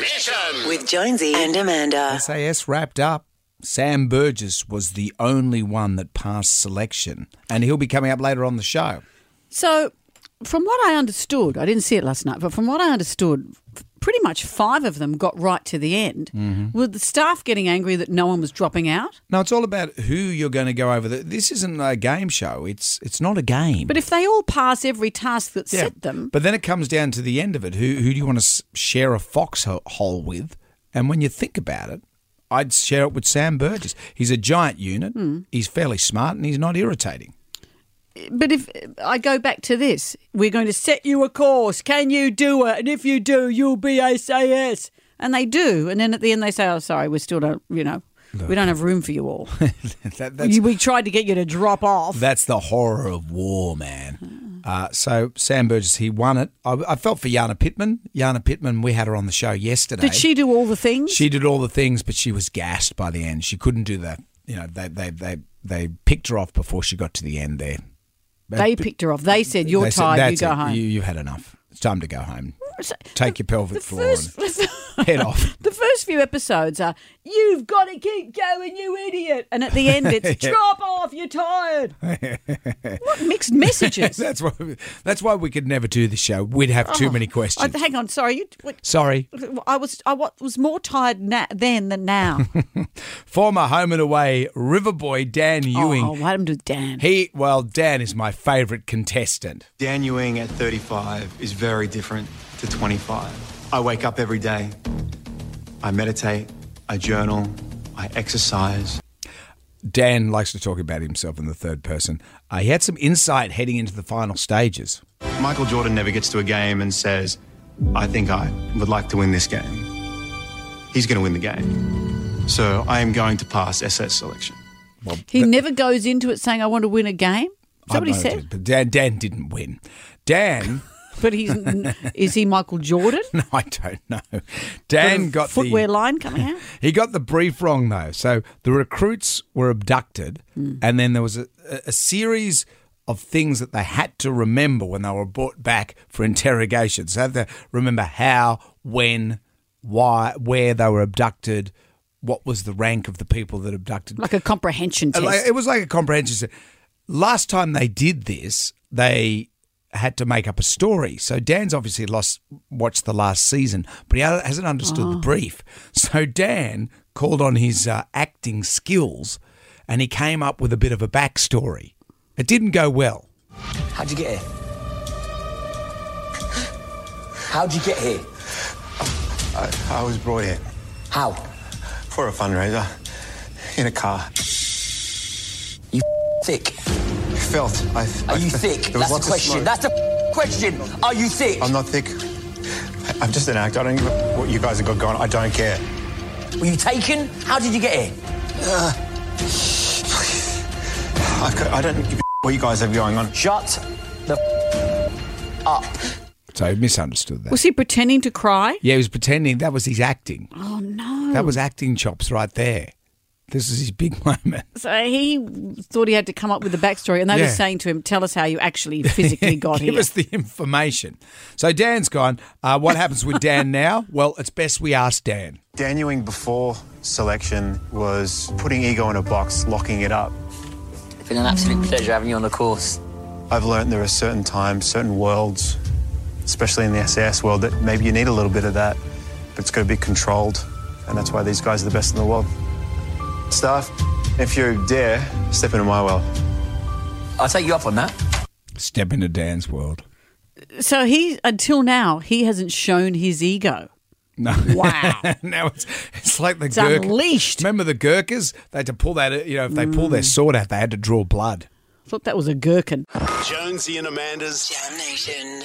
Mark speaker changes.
Speaker 1: Mission.
Speaker 2: With Jonesy and Amanda.
Speaker 3: SAS wrapped up. Sam Burgess was the only one that passed selection, and he'll be coming up later on the show.
Speaker 4: So, from what I understood, I didn't see it last night, but from what I understood, f- pretty much five of them got right to the end.
Speaker 3: Mm-hmm.
Speaker 4: With the staff getting angry that no one was dropping out?
Speaker 3: Now it's all about who you're going to go over. The, this isn't a game show. It's it's not a game.
Speaker 4: But if they all pass every task that's set them,
Speaker 3: But then it comes down to the end of it. Who who do you want to s- share a foxhole with? And when you think about it, I'd share it with Sam Burgess. He's a giant unit.
Speaker 4: Hmm.
Speaker 3: He's fairly smart and he's not irritating.
Speaker 4: but if I go back to this, we're going to set you a course. Can you do it? And if you do, you'll be SAS. And they do. And then at the end, they say, oh, sorry, we still don't, you know, we don't have room for you all.
Speaker 3: That, that's
Speaker 4: You- we tried to get you to drop off.
Speaker 3: That's the horror of war, man.
Speaker 4: Mm.
Speaker 3: Uh, so Sam Burgess, he won it. I, I felt for Yana Pittman. Yana Pittman, we had her on the show yesterday.
Speaker 4: Did she do all the things?
Speaker 3: She did all the things, but she was gassed by the end. She couldn't do that. You know, they they they, they picked her off before she got to the end there.
Speaker 4: they picked her off. They said, you're
Speaker 3: They said,
Speaker 4: tired, you
Speaker 3: "That's
Speaker 4: go
Speaker 3: it.
Speaker 4: home.
Speaker 3: You, have had enough. It's time to go home. Take your pelvic floor
Speaker 4: first-
Speaker 3: and head off.
Speaker 4: The first few episodes are, you've got to keep going, you idiot. And at the end, it's, drop off, you're tired. what mixed messages?
Speaker 3: That's why. That's why we could never do this show. We'd have
Speaker 4: Oh,
Speaker 3: too many
Speaker 4: I,
Speaker 3: questions.
Speaker 4: hang on, sorry. You, what,
Speaker 3: Sorry.
Speaker 4: I was I wa- was more tired na- then than now.
Speaker 3: Former home and away river boy Dan Ewing.
Speaker 4: Oh, what him do, Dan?
Speaker 3: He, well, Dan is my favourite contestant.
Speaker 5: Dan Ewing at 35 is very different to 25. I wake up every day. I meditate. I journal. I exercise.
Speaker 3: Dan likes to talk about himself in the third person. Uh, he had some insight heading into the final stages.
Speaker 5: Michael Jordan never gets to a game and says, I think I would like to win this game. He's going to win the game. So I am going to pass SS selection.
Speaker 4: he never goes into it saying, "I want to win a game."
Speaker 3: I
Speaker 4: Somebody
Speaker 3: know it
Speaker 4: said,
Speaker 3: did, but Dan, Dan didn't win. Dan,
Speaker 4: but he's is he Michael Jordan?
Speaker 3: no, I don't know. Dan got
Speaker 4: footwear
Speaker 3: the
Speaker 4: line coming out.
Speaker 3: he got the brief wrong though. So the recruits were abducted, and then there was a, a- a series of things that they had to remember when they were brought back for interrogation. So they had to remember how, when, why, where they were abducted, what was the rank of the people that abducted,
Speaker 4: Like a comprehension test.
Speaker 3: And, Uh, like, it was like a comprehension. set. Last time they did this, they had to make up a story. So Dan's obviously lost watched the last season, but he hasn't understood
Speaker 4: Oh.
Speaker 3: the brief. So Dan called on his uh, acting skills, and he came up with a bit of a backstory. It didn't go well.
Speaker 6: How'd you get here? How'd you get here?
Speaker 5: I, I was brought here
Speaker 6: How?
Speaker 5: for a fundraiser in a car.
Speaker 6: Thick.
Speaker 5: Felt. I,
Speaker 6: Are
Speaker 5: I-
Speaker 6: you thick?
Speaker 5: There
Speaker 6: That's
Speaker 5: was
Speaker 6: the
Speaker 5: lots of
Speaker 6: question.
Speaker 5: smoke.
Speaker 6: That's the question. Are you thick?
Speaker 5: I'm not thick. I- I'm just an actor. I don't give a what you guys have got going. on. I don't care.
Speaker 6: Were you taken? How did you get here?
Speaker 5: I've got, I don't give a what you guys have going on.
Speaker 6: Shut the up.
Speaker 3: So he misunderstood that.
Speaker 4: was he pretending to cry?
Speaker 3: yeah, he was pretending that was his acting.
Speaker 4: Oh no!
Speaker 3: That was acting chops right there. This is his big moment.
Speaker 4: So he thought he had to come up with the backstory, and they
Speaker 3: Yeah.
Speaker 4: were saying to him, "Tell us how you actually physically got
Speaker 3: Give
Speaker 4: here."
Speaker 3: us the information. So Dan's gone. Uh, what happens with Dan now? Well, it's best we ask Dan.
Speaker 5: Dan Ewing before selection was putting ego in a box, locking it up.
Speaker 6: It's been an absolute pleasure having you on the course.
Speaker 5: I've learned there are certain times, certain worlds, especially in the SAS world, that maybe you need a little bit of that, but it's got to be controlled. And that's why these guys are the best in the world. Staff, if you dare, step into my world.
Speaker 6: I'll take you up on that.
Speaker 3: Step into Dan's world.
Speaker 4: so he, until now, he hasn't shown his ego.
Speaker 3: No.
Speaker 4: Wow.
Speaker 3: now it's it's like the
Speaker 4: It's
Speaker 3: Gurk-
Speaker 4: unleashed. Mm.
Speaker 3: Remember the Gurkhas? They had to pull that. You know, if they pulled their sword out, they had to draw blood.
Speaker 4: I thought that was a gherkin.
Speaker 1: Jonesy and Amanda's
Speaker 2: Damnation.